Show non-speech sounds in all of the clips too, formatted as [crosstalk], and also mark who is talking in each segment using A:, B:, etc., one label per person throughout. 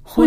A: 婚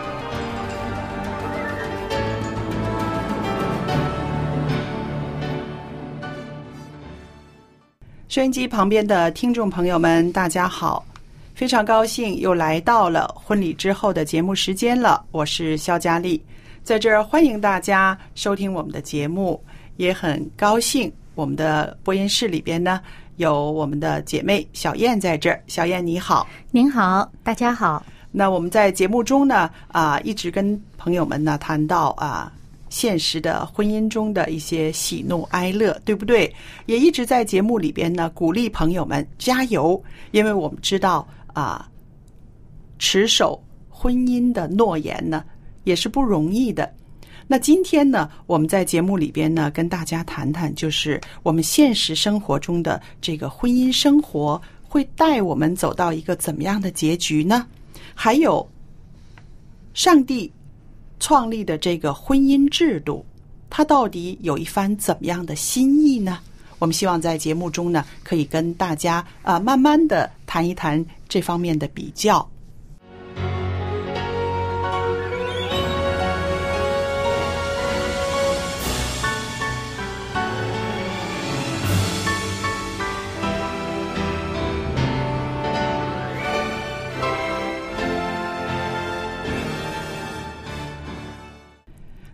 B: 收音机旁边的听众朋友们，大家好！非常高兴又来到了婚礼之后的节目时间了，我是肖佳丽，在这儿欢迎大家收听我们的节目，也很高兴我们的播音室里边呢有我们的姐妹小燕在这儿，小燕你好。
A: 您好，大家好。
B: 那我们在节目中呢，啊，一直跟朋友们呢谈到啊，现实的婚姻中的一些喜怒哀乐，对不对？也一直在节目里边呢鼓励朋友们加油，因为我们知道啊，持守婚姻的诺言呢也是不容易的。那今天呢，我们在节目里边呢，跟大家谈谈，就是我们现实生活中的这个婚姻生活会带我们走到一个怎么样的结局呢？还有上帝创立的这个婚姻制度，它到底有一番怎么样的心意呢？我们希望在节目中呢，可以跟大家啊、慢慢的谈一谈这方面的比较。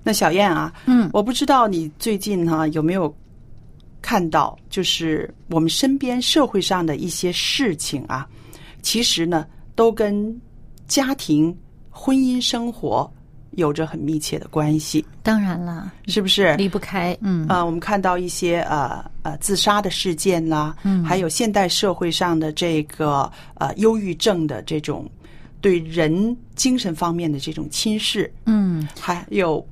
B: 那小燕啊，
A: 嗯，
B: 我不知道你最近哈、有没有看到，就是我们身边社会上的一些事情啊，其实呢都跟家庭、婚姻生活有着很密切的关系，
A: 当然了，
B: 是不是？
A: 离不开。嗯，
B: 啊、我们看到一些呃呃自杀的事件啦，
A: 嗯
B: 还有现代社会上的这个呃忧郁症的这种对人精神方面的这种侵蚀，
C: 嗯，
B: 还有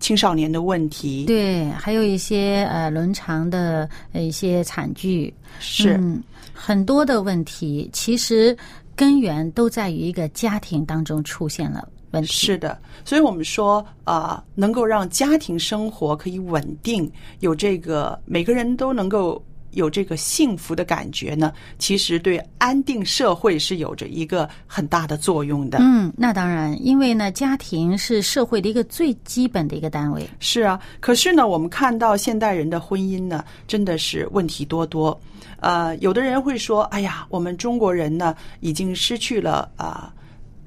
B: 青少年的问题，
C: 对，还有一些呃伦常的呃一些惨剧，
B: 是、
C: 嗯、很多的问题，其实根源都在于一个家庭当中出现了问题。
B: 是的，所以我们说啊、呃能够让家庭生活可以稳定，有这个每个人都能够有这个幸福的感觉呢，其实对安定社会是有着一个很大的作用的。
C: 嗯，那当然，因为呢，家庭是社会的一个最基本的一个单位。
B: 是啊，可是呢，我们看到现代人的婚姻呢，真的是问题多多。呃，有的人会说：“哎呀，我们中国人呢，已经失去了啊、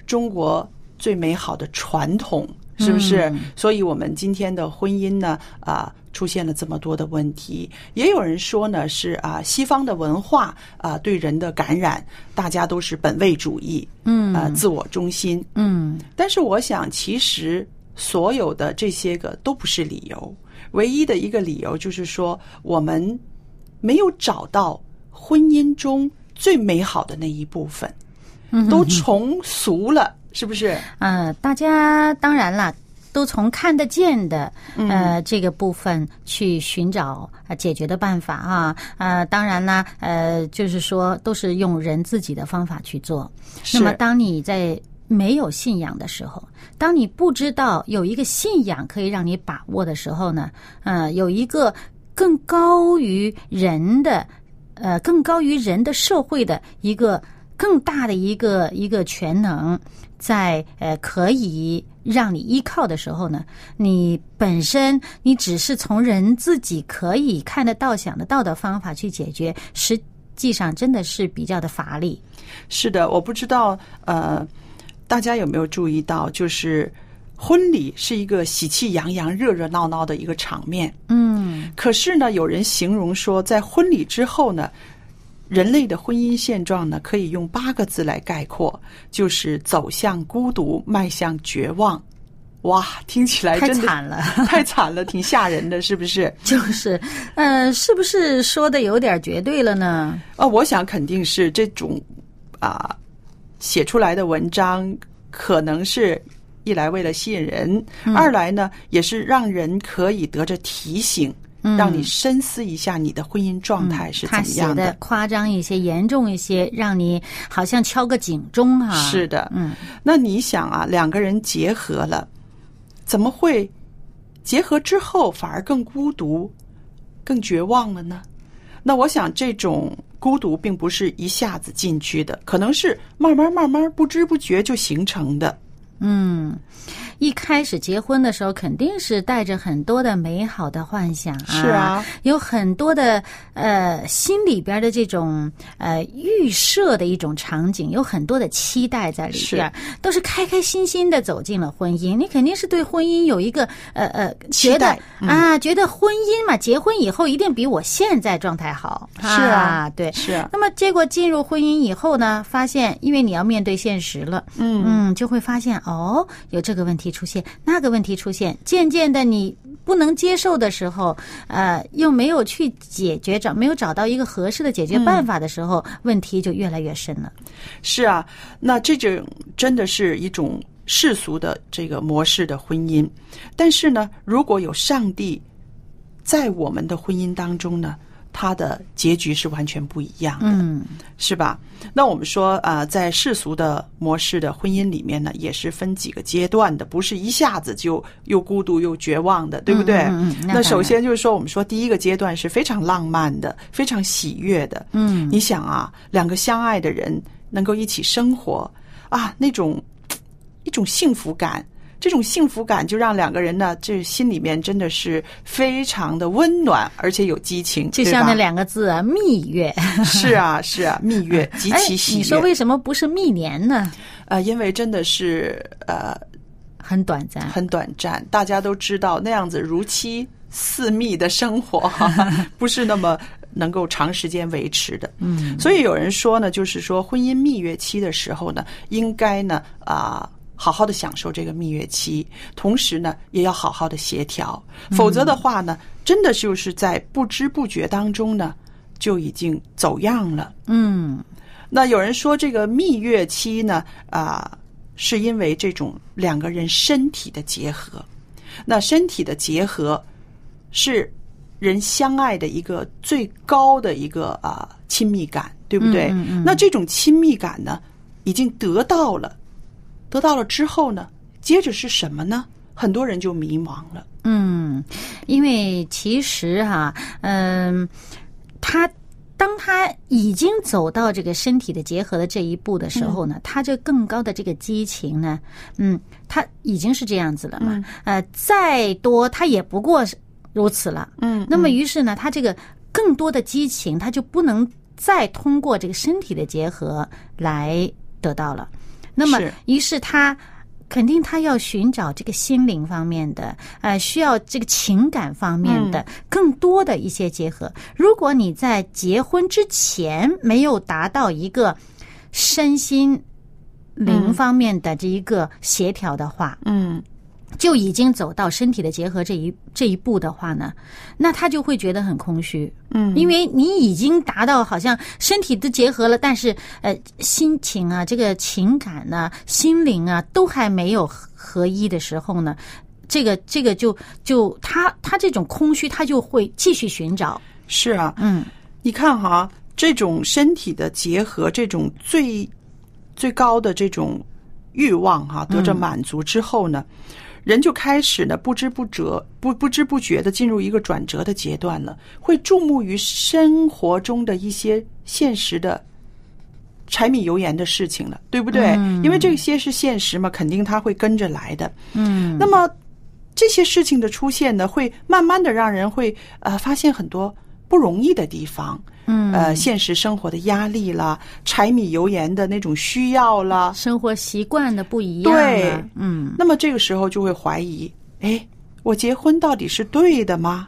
B: 中国最美好的传统，是不是？所以，我们今天的婚姻呢，啊、出现了这么多的问题。也有人说呢，是啊、西方的文化啊、对人的感染，大家都是本位主义，
C: 嗯
B: 啊、自我中心，
C: 嗯，
B: 但是我想，其实所有的这些个都不是理由，唯一的一个理由就是说，我们没有找到婚姻中最美好的那一部分，
C: 嗯
B: 都重俗了，是不是？
C: 呃，大家当然啦，都从看得见的呃、这个部分去寻找呃解决的办法啊。呃，当然啦，呃，就是说都是用人自己的方法去做。那么，
B: 是
C: 当你在没有信仰的时候，当你不知道有一个信仰可以让你把握的时候呢，呃，有一个。更高于人的，呃，更高于人的社会的一个更大的一个一个全能，在呃可以让你依靠的时候呢，你本身你只是从人自己可以看得到、想得到的方法去解决，实际上真的是比较的乏力。
B: 是的，我不知道呃，大家有没有注意到，就是婚礼是一个喜气洋洋、热热闹闹的一个场面。
C: 嗯，
B: 可是呢，有人形容说，在婚礼之后呢，人类的婚姻现状呢，可以用八个字来概括，就是走向孤独，迈向绝望。哇，听起来
C: 太
B: 真的
C: 惨了， [laughs]
B: 太惨了，挺吓人的，是不是？
C: 就是，呃，是不是说的有点绝对了呢？
B: 啊，我想肯定是这种啊、写出来的文章，可能是一来为了吸引人，
C: 嗯
B: 二来呢也是让人可以得着提醒，让你深思一下你的婚姻状态是怎
C: 嗯他
B: 么
C: 写
B: 样
C: 的夸张一些，严重一些，让你好像敲个警钟哈、
B: 是，的，
C: 嗯，
B: 那你想啊，两个人结合了，怎么会结合之后反而更孤独、更绝望了呢？那我想，这种孤独并不是一下子进去的，可能是慢慢、慢慢、不知不觉就形成的。
C: 嗯，一开始结婚的时候肯定是带着很多的美好的幻想啊，
B: 是啊，
C: 有很多的呃心里边的这种呃预设的一种场景，有很多的期待在里边儿，都是开开心心的走进了婚姻。你肯定是对婚姻有一个呃呃
B: 期
C: 觉得
B: 待、嗯
C: 啊，觉得婚姻嘛，结婚以后一定比我现在状态好。
B: 是啊
C: 对，
B: 是啊，
C: 那么结果进入婚姻以后呢，发现因为你要面对现实了，嗯嗯，就会发现哦，有这个问题出现，那个问题出现，渐渐的你不能接受的时候，呃，又没有去解决找没有找到一个合适的解决办法的时候，
B: 嗯
C: 问题就越来越深了。
B: 是啊，那这种真的是一种世俗的这个模式的婚姻。但是呢，如果有上帝在我们的婚姻当中呢，它的结局是完全不一样的。
C: 嗯
B: 是吧？那我们说啊、呃在世俗的模式的婚姻里面呢，也是分几个阶段的，不是一下子就又孤独又绝望的，对不对？
C: 嗯嗯嗯那当然
B: 首先就是说，我们说第一个阶段是非常浪漫的，非常喜悦的。
C: 嗯，
B: 你想啊，两个相爱的人能够一起生活啊，那种嘖一种幸福感。这种幸福感就让两个人呢，这心里面真的是非常的温暖，而且有激情，
C: 就
B: 对
C: 像那
B: 吧
C: 两个字啊，蜜月。
B: 是啊是啊，蜜月
C: [laughs]
B: 极
C: 哎
B: 其，喜悦。
C: 你说为什么不是蜜年呢？
B: 呃，因为真的是呃
C: 很短暂，
B: 很短暂，大家都知道那样子如漆似蜜的生活， [laughs] 不是那么能够长时间维持的。嗯，所以有人说呢，就是说婚姻蜜月期的时候呢，应该呢啊。好好的享受这个蜜月期，同时呢，也要好好的协调，否则的话呢，真的就是在不知不觉当中呢，就已经走样了。
C: 嗯。
B: 那有人说这个蜜月期呢，啊、是因为这种两个人身体的结合。那身体的结合是人相爱的一个最高的一个啊、亲密感，对不对？
C: 嗯
B: 那这种亲密感呢，已经得到了，得到了之后呢，接着是什么呢？很多人就迷茫了。
C: 嗯，因为其实哈、嗯，他当他已经走到这个身体的结合的这一步的时候呢，他这更高的这个激情呢，嗯，他已经是这样子了嘛，
B: 嗯
C: 呃，再多他也不过是如此了。
B: 嗯
C: 那么于是呢，他这个更多的激情，他就不能再通过这个身体的结合来得到了。那么
B: 是，
C: 于是他肯定他要寻找这个心灵方面的，呃，需要这个情感方面
B: 嗯
C: 的更多的一些结合。如果你在结婚之前没有达到一个身心灵方面的这一个协调的话，
B: 嗯，
C: 就已经走到身体的结合这一这一步的话呢，那他就会觉得很空虚，嗯，因为你已经达到好像身体的结合了，但是呃，心情啊，这个情感呐、心灵啊，都还没有合合一的时候呢，这个这个就就他他这种空虚，他就会继续寻找，
B: 是啊，
C: 嗯
B: 你看哈，这种身体的结合，这种最最高的这种欲望哈、得着满足之后呢，人就开始呢不知不觉、不不知不觉的进入一个转折的阶段了，会注目于生活中的一些现实的柴米油盐的事情了，对不对？因为这些是现实嘛，肯定它会跟着来的。嗯，那么这些事情的出现呢，会慢慢的让人会呃发现很多不容易的地方。嗯，呃，现实生活的压力啦，柴米油盐的那种需要啦，
C: 生活习惯的不一样了
B: 对
C: 嗯，
B: 那么这个时候就会怀疑：哎，我结婚到底是对的吗？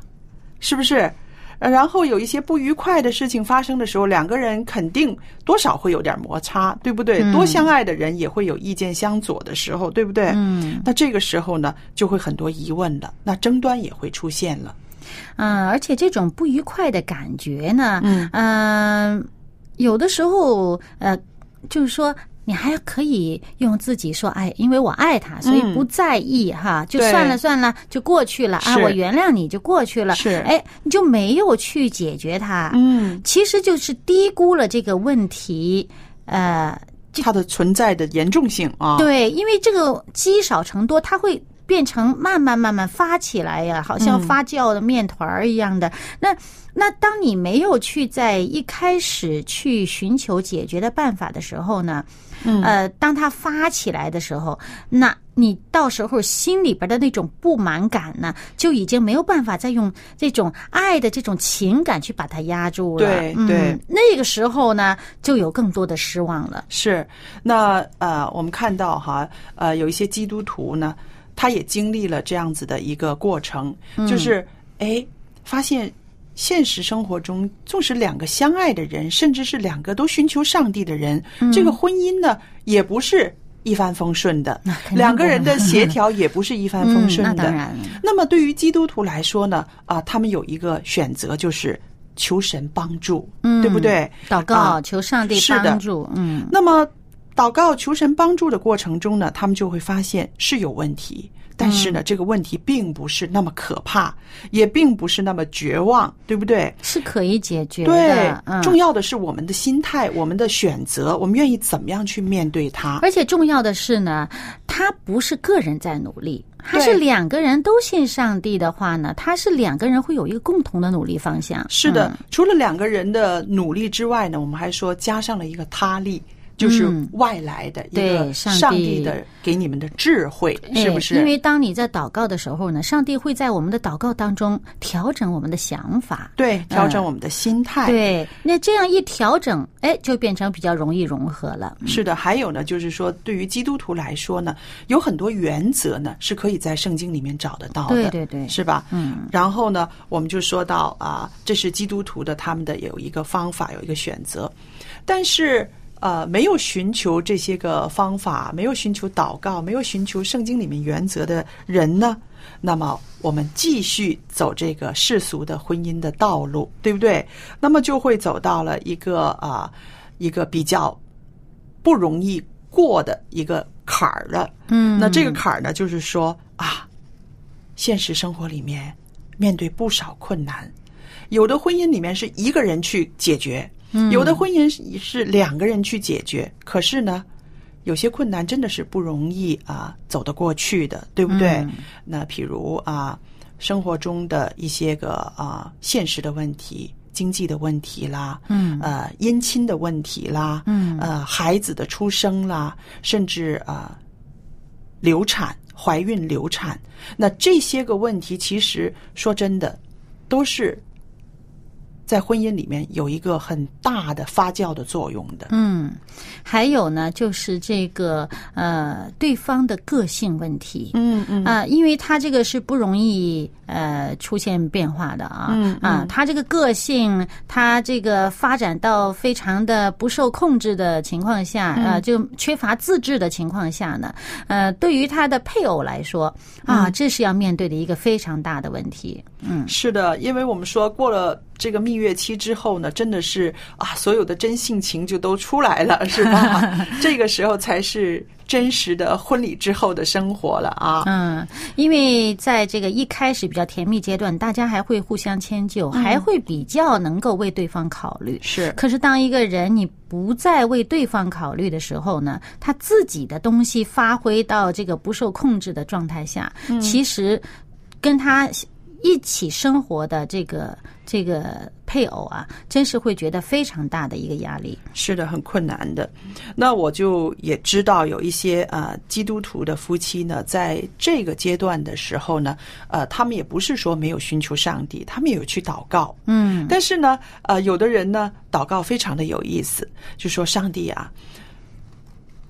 B: 是不是？呃然后有一些不愉快的事情发生的时候，两个人肯定多少会有点摩擦，对不对？多相爱的人也会有意见相左的时候，对不对？嗯。那这个时候呢，就会很多疑问了，那争端也会出现了。
C: 嗯，而且这种不愉快的感觉呢，嗯、有的时候呃，就是说。你还可以用自己说，哎，因为我爱他，所以不在意、哈，就
B: 对
C: 算了算了，就过去了啊，
B: 是
C: 我原谅你就过去了，
B: 是
C: 哎，你就没有去解决它，
B: 嗯，
C: 其实就是低估了这个问题，呃，
B: 它的存在的严重性啊。。
C: 对，因为这个积少成多，它会变成慢慢慢慢发起来呀，好像发酵的面团儿一样的。那那当你没有去在一开始去寻求解决的办法的时候呢，
B: 嗯
C: 呃，当它发起来的时候，那你到时候心里边的那种不满感呢，就已经没有办法再用这种爱的这种情感去把它压住了。
B: 对对
C: 嗯，那个时候呢，就有更多的失望了。
B: 是，那呃，我们看到哈，呃，有一些基督徒呢，他也经历了这样子的一个过程，
C: 嗯
B: 就是哎，发现现实生活中，纵使两个相爱的人，甚至是两个都寻求上帝的人，这个
C: 嗯
B: 婚姻呢，也不是一帆风顺的，
C: 肯定
B: 两
C: 不
B: 个人的协调也不是一帆风顺
C: 嗯，那
B: 的。
C: 当然了。
B: 那么对于基督徒来说呢，啊、他们有一个选择，就是求神帮助，
C: 嗯
B: 对不对？
C: 祷告、
B: 啊
C: 求上帝
B: 是的
C: 帮助，嗯
B: 那么，祷告求神帮助的过程中呢，他们就会发现是有问题，但是
C: 嗯
B: 呢，这个问题并不是那么可怕，也并不是那么绝望，对不对？
C: 是可以解决
B: 对
C: 的，，嗯，
B: 重要的是我们的心态，我们的选择，我们愿意怎么样去面对它。
C: 而且重要的是呢，他不是个人在努力，他是两个人都信上帝的话呢，他是两个人会有一个共同的努力方向。
B: 是的，
C: 嗯
B: 除了两个人的努力之外呢，我们还说加上了一个他力，就是
C: 嗯
B: 外来的一
C: 对
B: 个
C: 上
B: 上
C: 帝
B: 帝的给你们的智慧，
C: 嗯，
B: 是不
C: 哎
B: 是？
C: 因为当你在祷告的时候呢，上帝会在我们的祷告当中调整我们的想法。
B: 对调整
C: 嗯
B: 我们的心态，
C: 对，那这样一调整，哎，就变成比较容易融合了。
B: 是的，还有呢，就是说，对于基督徒来说呢，有很多原则呢是可以在圣经里面找得到的，
C: 对对对
B: 是吧？
C: 嗯。
B: 然后呢，我们就说到啊，这是基督徒的他们的有一个方法，有一个选择，但是呃，没有寻求这些个方法，没有寻求祷告，没有寻求圣经里面原则的人呢，那么我们继续走这个世俗的婚姻的道路，对不对？那么就会走到了一个啊、一个比较不容易过的一个坎儿了。
C: 嗯，
B: 那这个坎儿呢，就是说啊，现实生活里面面对不少困难，有的婚姻里面是一个人去解决，有的婚姻是是两个人去解决。可是呢，有些困难真的是不容易啊走得过去的，对不对？那譬如啊，生活中的一些个啊现实的问题。经济的问题啦，嗯，呃，姻亲的问题啦，嗯，呃，孩子的出生啦，甚至啊、呃流产、怀孕、流产，那这些个问题，其实说真的，都是在婚姻里面有一个很大的发酵的作用的。
C: 嗯，还有呢，就是这个呃，对方的个性问题。
B: 嗯嗯
C: 啊、因为他这个是不容易呃出现变化的啊，
B: 嗯
C: 啊，他这个个性，他这个发展到非常的不受控制的情况下，
B: 嗯
C: 啊、就缺乏自制的情况下呢，呃，对于他的配偶来说啊，这是要面对的一个非常大的问题。
B: 嗯，是的，因为我们说过了这个蜜月期之后呢，真的是啊，所有的真性情就都出来了，是 [laughs] 吧？这个时候才是真实的婚礼之后的生活了啊。
C: 嗯，因为在这个一开始比较甜蜜阶段，大家还会互相迁就，还会比较能够为对方考虑。
B: 是，
C: 可是当一个人你不再为对方考虑的时候呢，他自己的东西发挥到这个不受控制的状态下，其实跟他一起生活的这个这个配偶啊，真是会觉得非常大的一个压 [laughs] 力。
B: 是的，很困难的。那我就也知道有一些呃基督徒的夫妻呢，在这个阶段的时候呢，呃，他们也不是说没有寻求上帝，他们也有去祷告。
C: 嗯，
B: 但是呢，呃，有的人呢，祷告非常的有意思，就说上帝啊，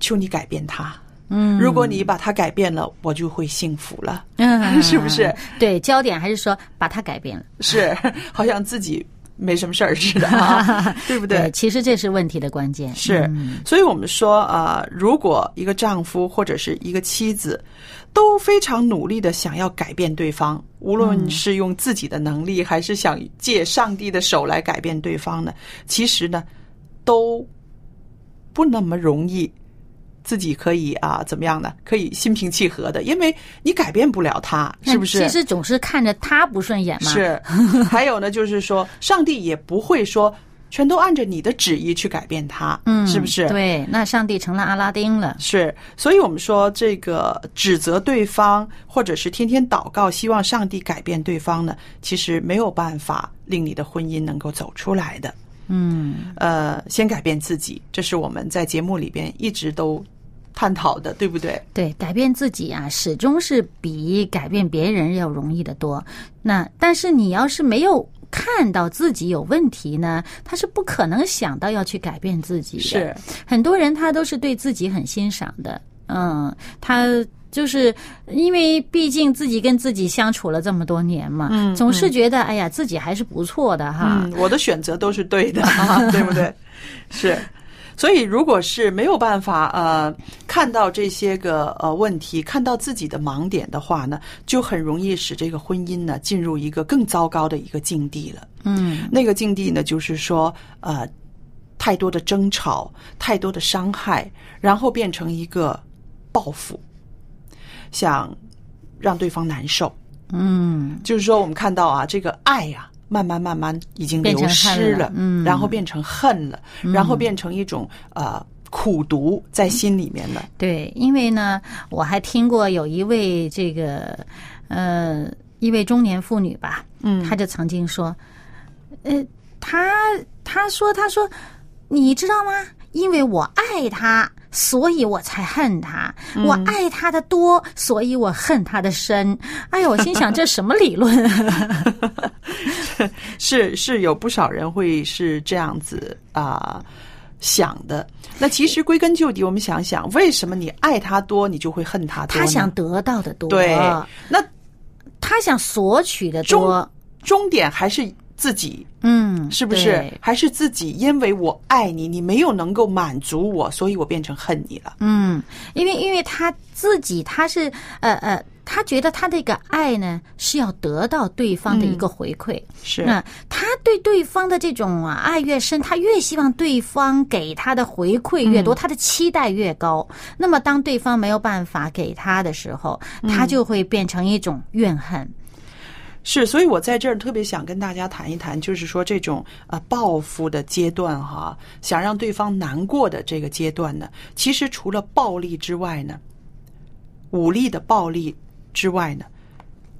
B: 求你改变他。
C: 嗯，
B: 如果你把他改变了，我就会幸福了。
C: 嗯
B: 是不是？
C: [laughs] 对，焦点还是说把他改变了， [laughs]
B: 是，好像自己没什么事儿似的、啊，对不对？
C: 其实这是问题的关键。
B: 是，
C: 嗯
B: 所以我们说啊、呃如果一个丈夫或者是一个妻子都非常努力的想要改变对方，无论是用自己的能力，还是想借上帝的手来改变对方呢，其实呢，都不那么容易。自己可以啊，怎么样呢？可以心平气和的，因为你改变不了他，是不是？
C: 其实总是看着他不顺眼嘛。，
B: 是，
C: [laughs]
B: 还有呢，就是说，上帝也不会说全都按着你的旨意去改变他，
C: 嗯，
B: 是不是？
C: 对，那上帝成了阿拉丁了。
B: 是，所以我们说这个指责对方，或者是天天祷告，希望上帝改变对方呢，其实没有办法令你的婚姻能够走出来的。
C: 嗯，
B: 呃，先改变自己，这是我们在节目里边一直都探讨的，对不对？
C: 对，改变自己啊，始终是比改变别人要容易得多。那但是你要是没有看到自己有问题呢，他是不可能想到要去改变自己的。
B: 是，
C: 很多人他都是对自己很欣赏的，嗯，他就是因为毕竟自己跟自己相处了这么多年嘛，嗯、总是觉得、哎呀自己还是不错的哈，
B: 嗯，我的选择都是对的，啊、对不对？是，所以如果是没有办法呃看到这些个呃问题，看到自己的盲点的话呢，就很容易使这个婚姻呢进入一个更糟糕的一个境地了。
C: 嗯
B: 那个境地呢，就是说呃太多的争吵，太多的伤害，然后变成一个报复，想让对方难受。
C: 嗯，
B: 就是说，我们看到啊，这个爱呀、慢慢慢慢已经流失
C: 变成恨了嗯
B: 然后变成恨了，然后变成一种呃苦毒在心里面了。
C: 对，因为呢，我还听过有一位这个呃一位中年妇女吧，
B: 嗯
C: 她就曾经说，呃，她她说她说，你知道吗？因为我爱他，所以我才恨他；
B: 嗯
C: 我爱他的多，所以我恨他的深。哎呦，我心想这什么理论啊？
B: 是是有不少人会是这样子啊、想的。那其实归根究底，我们想想，为什么你爱他多，你就会恨他多
C: 他
B: 呢？
C: 想得到的多，
B: 对，那
C: 他想索取的多，
B: 终点还是自己，
C: 嗯，
B: 是不是
C: 对？
B: 还是自己？因为我爱你，你没有能够满足我，所以我变成恨你了。
C: 嗯，因为因为他自己他是呃呃，他觉得他这个爱呢是要得到对方的一个回馈。
B: 嗯是
C: 那他对对方的这种啊爱越深，他越希望对方给他的回馈越
B: 嗯
C: 多，他的期待越高。那么当对方没有办法给他的时候，
B: 嗯
C: 他就会变成一种怨恨。
B: 是，所以我在这儿特别想跟大家谈一谈，就是说这种呃报复的阶段哈、想让对方难过的这个阶段呢，其实除了暴力之外呢，武力的暴力之外呢，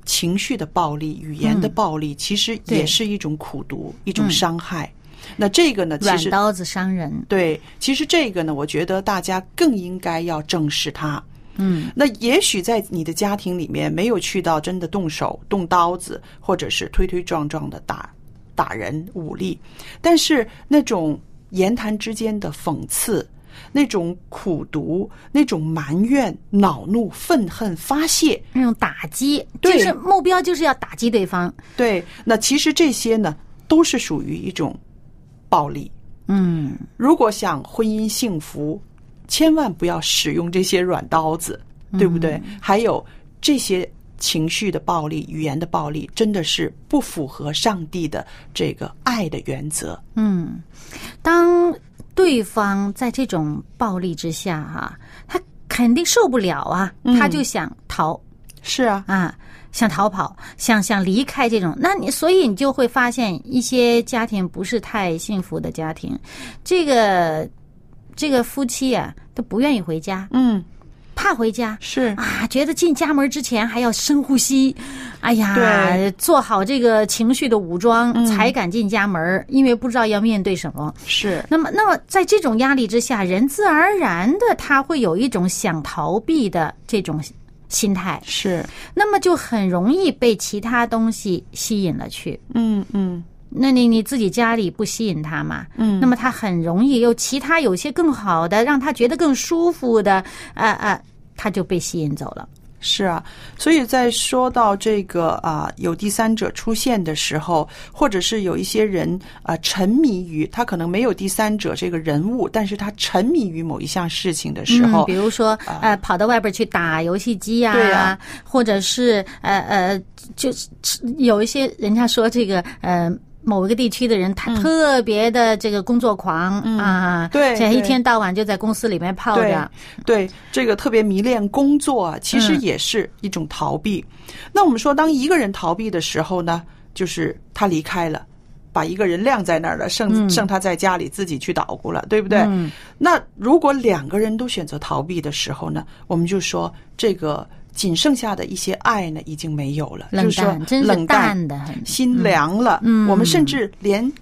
B: 情绪的暴力、语言的暴力，其实也
C: 嗯对嗯
B: 是一种苦毒，一种伤害。那这个呢，呃其
C: 软
B: 实
C: 刀子伤人，
B: 对，其实这个呢，我觉得大家更应该要正视它。
C: 嗯，
B: 那也许在你的家庭里面没有去到真的动手、动刀子，或者是推推撞撞的打打人、武力，但是那种言谈之间的讽刺、那种苦毒、那种埋怨、恼怒、愤恨发泄，
C: 那种打击，就
B: 对
C: 是目标就是要打击对方。
B: 对，那其实这些呢，都是属于一种暴力。
C: 嗯，
B: 如果想婚姻幸福，嗯千万不要使用这些软刀子，对不对？还有这些情绪的暴力、语言的暴力，真的是不符合上帝的这个爱的原则。
C: 嗯，当对方在这种暴力之下啊，他肯定受不了啊，他就想逃、
B: 是啊，
C: 啊，想逃跑，想想离开这种。那你所以你就会发现一些家庭不是太幸福的家庭，这个这个夫妻啊都不愿意回家，
B: 嗯，
C: 怕回家，
B: 是
C: 啊，觉得进家门之前还要深呼吸，哎呀
B: 对，
C: 做好这个情绪的武装、才敢进家门，因为不知道要面对什么。
B: 是，
C: 那么，那么在这种压力之下，人自然而然的他会有一种想逃避的这种心态，
B: 是，
C: 那么就很容易被其他东西吸引了去。
B: 嗯嗯，
C: 那你你自己家里不吸引他嘛？嗯，那么他很容易有其他有些更好的，让他觉得更舒服的，呃呃，他就被吸引走了。
B: 是啊，所以在说到这个啊、有第三者出现的时候，或者是有一些人啊、沉迷于他可能没有第三者这个人物，但是他沉迷于某一项事情的时
C: 嗯、
B: 候啊
C: 比，如说呃，跑到外边去打游戏机呀、
B: 对呀
C: 或者是呃呃，就是有一些人家说这个呃。某一个地区的人，他特别的这个工作狂、啊，
B: 嗯对
C: 这一
B: 对
C: 天到晚就在公司里面泡
B: 对
C: 着，
B: 对这个特别迷恋工作啊，其实
C: 嗯
B: 也是一种逃避。那我们说，当一个人逃避的时候呢，就是他离开了。把一个人晾在那儿了，剩剩他在家里自己去捣鼓了，对不对？
C: 嗯
B: 那如果两个人都选择逃避的时候呢，我们就说这个仅剩下的一些爱呢，已经没有了，
C: 冷
B: 就是
C: 淡，
B: 说
C: 真是
B: 冷淡，
C: 的很。
B: 心凉了。
C: 嗯
B: 我们甚至连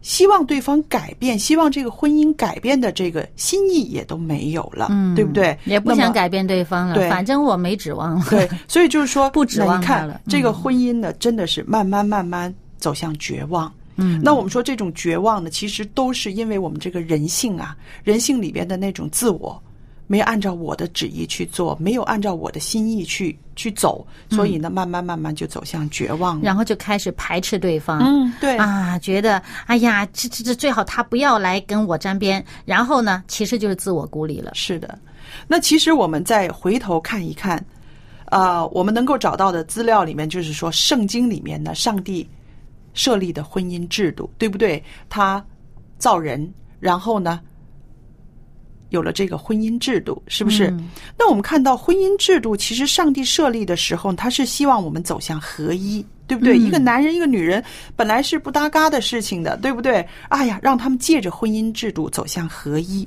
B: 希望对方改变、希望这个婚姻改变的这个心意也都没有了，
C: 嗯，
B: 对不对？
C: 也不
B: 那么
C: 想。改变对方了，
B: 对
C: 反正我没指望了。
B: 对，所以就是说，
C: 不指
B: 那你
C: 望他
B: 看
C: 了嗯
B: 这个婚姻呢，真的是慢慢慢慢走向绝望。
C: 嗯，
B: 那我们说这种绝望呢，其实都是因为我们这个人性啊，人性里边的那种自我，没有按照我的旨意去做，没有按照我的心意去去走，所以呢，慢慢慢慢就走向绝望了。
C: [laughs] 然后就开始排斥对方。
B: 嗯，对，
C: 啊，觉得哎呀，这这这最好他不要来跟我沾边。然后呢，其实就是自我孤立了。
B: 是的。那其实我们再回头看一看，啊，我们能够找到的资料里面，就是说圣经里面呢，上帝设立的婚姻制度，对不对？他造人，然后呢，有了这个婚姻制度，是不是？那我们看到婚姻制度，其实上帝设立的时候，他是希望我们走向合一，对不对？一个男人一个女人本来是不搭嘎的事情的，对不对？哎呀，让他们借着婚姻制度走向合一。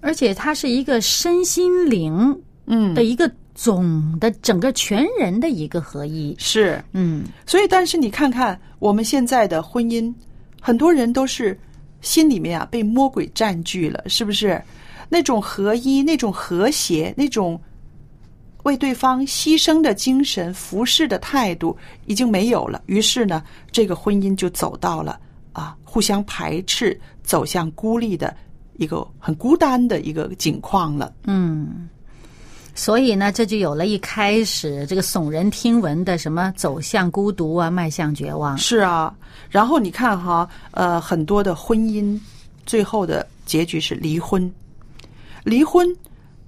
C: 而且它是一个身心灵
B: 嗯，
C: 的一个总的整个全人的一个合一。
B: 是。
C: 嗯，
B: 所以，但是你看看我们现在的婚姻，很多人都是心里面啊被魔鬼占据了，是不是？那种合一、那种和谐、那种为对方牺牲的精神、服侍的态度已经没有了。于是呢，这个婚姻就走到了啊互相排斥、走向孤立的一个很孤单的一个境况了。
C: 所以呢，这就有了一开始这个耸人听闻的什么走向孤独啊，迈向绝望。
B: 是啊，然后你看哈，呃，很多的婚姻最后的结局是离婚。离婚，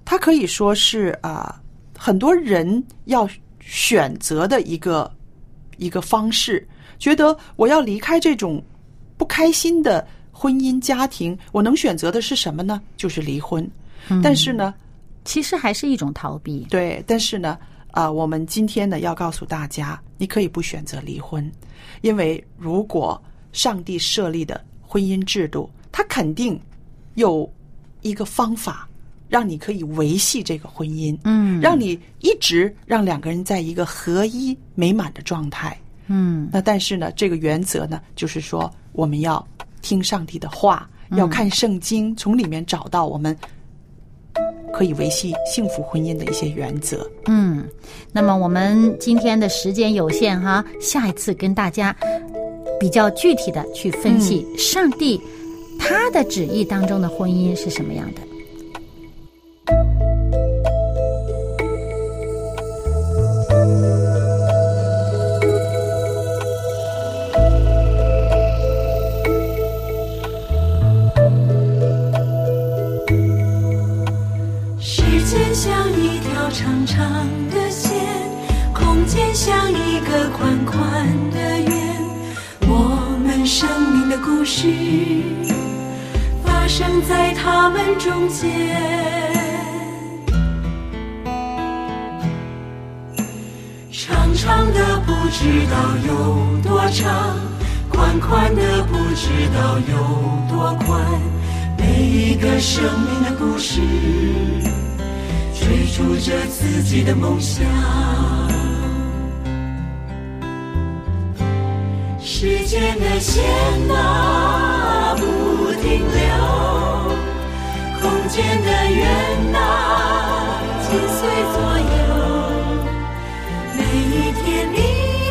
B: 它可以说是啊、很多人要选择的一个一个方式，觉得我要离开这种不开心的婚姻家庭，我能选择的是什么呢？就是离婚。但是呢，
C: 其实还是一种逃避。
B: 对，但是呢，啊、我们今天呢要告诉大家，你可以不选择离婚，因为如果上帝设立的婚姻制度，它肯定有一个方法让你可以维系这个婚姻，
C: 嗯
B: 让你一直让两个人在一个合一美满的状态。
C: 嗯，
B: 那但是呢，这个原则呢，就是说我们要听上帝的话，要看圣经，从里面找到我们可以维系幸福婚姻的一些原则。
C: 嗯，那么我们今天的时间有限哈，下一次跟大家比较具体的去分析上帝他的旨意当中的婚姻是什么样的。
D: 时间像一条长长的线，事发生在他们中间。长长的不知道有多长，宽宽的不知道有多宽。每一个生命的故事，追逐着自己的梦想。时间的线呐、不停留，空间的圆呐、紧随左右。每一天你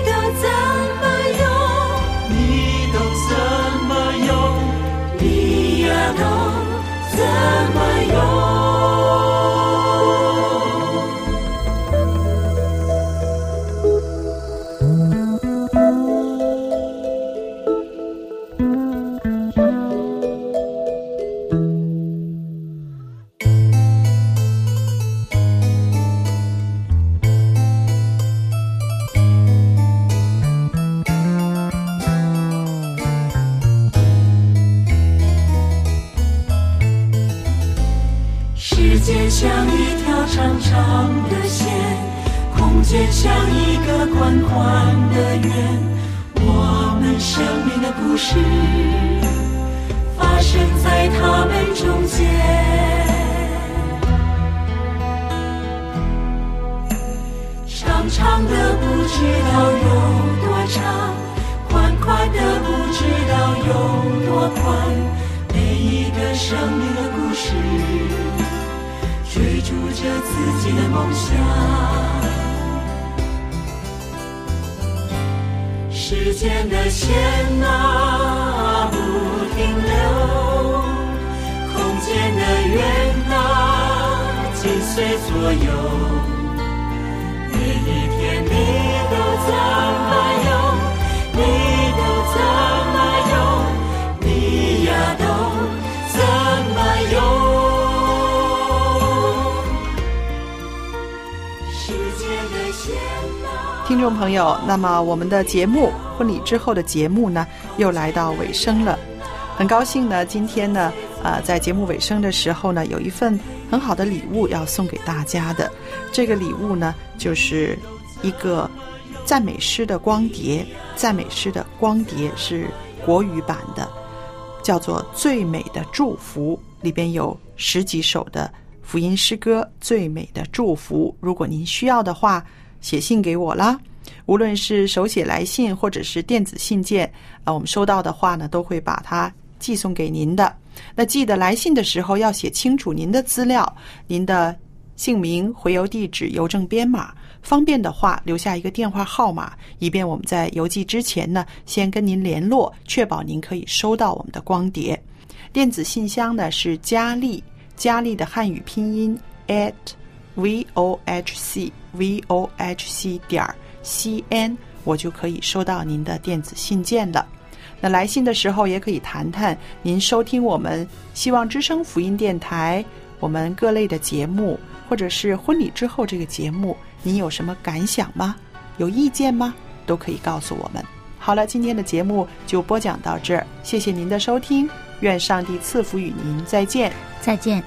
D: 都怎么用？你都怎么用？你呀都怎么用？时间像一条长长的线，空间像一个宽宽的圆。我们生命的故事发生在他们中间。长长的不知道有多长，宽宽的不知道有多宽。每一个生命的故事，追逐着自己的梦想。时间的线呐、不停留，空间的圆呐、紧随左右。每一天你都怎么用？你都怎么用？你呀都怎么用？时间的线啊。
B: 听众朋友，那么我们的节目《婚礼之后的节目》呢，又来到尾声了。很高兴呢，今天呢，呃，在节目尾声的时候呢，有一份很好的礼物要送给大家的。这个礼物呢，就是一个赞美诗的光碟，赞美诗的光碟是国语版的，叫做《最美的祝福》，里边有十几首的福音诗歌《最美的祝福》。如果您需要的话，写信给我啦。无论是手写来信或者是电子信件，啊、我们收到的话呢，都会把它寄送给您的。那记得来信的时候要写清楚您的资料，您的姓名、回邮地址、邮政编码。方便的话，留下一个电话号码，以便我们在邮寄之前呢，先跟您联络，确保您可以收到我们的光碟。电子信箱呢是佳丽，佳丽的汉语拼音 at v o h c v o h c 点 c n，我就可以收到您的电子信件了。那来信的时候，也可以谈谈您收听我们希望之声福音电台我们各类的节目，或者是婚礼之后这个节目，您有什么感想吗？有意见吗？都可以告诉我们。好了，今天的节目就播讲到这儿，谢谢您的收听，愿上帝赐福与您，再见。
C: 再见。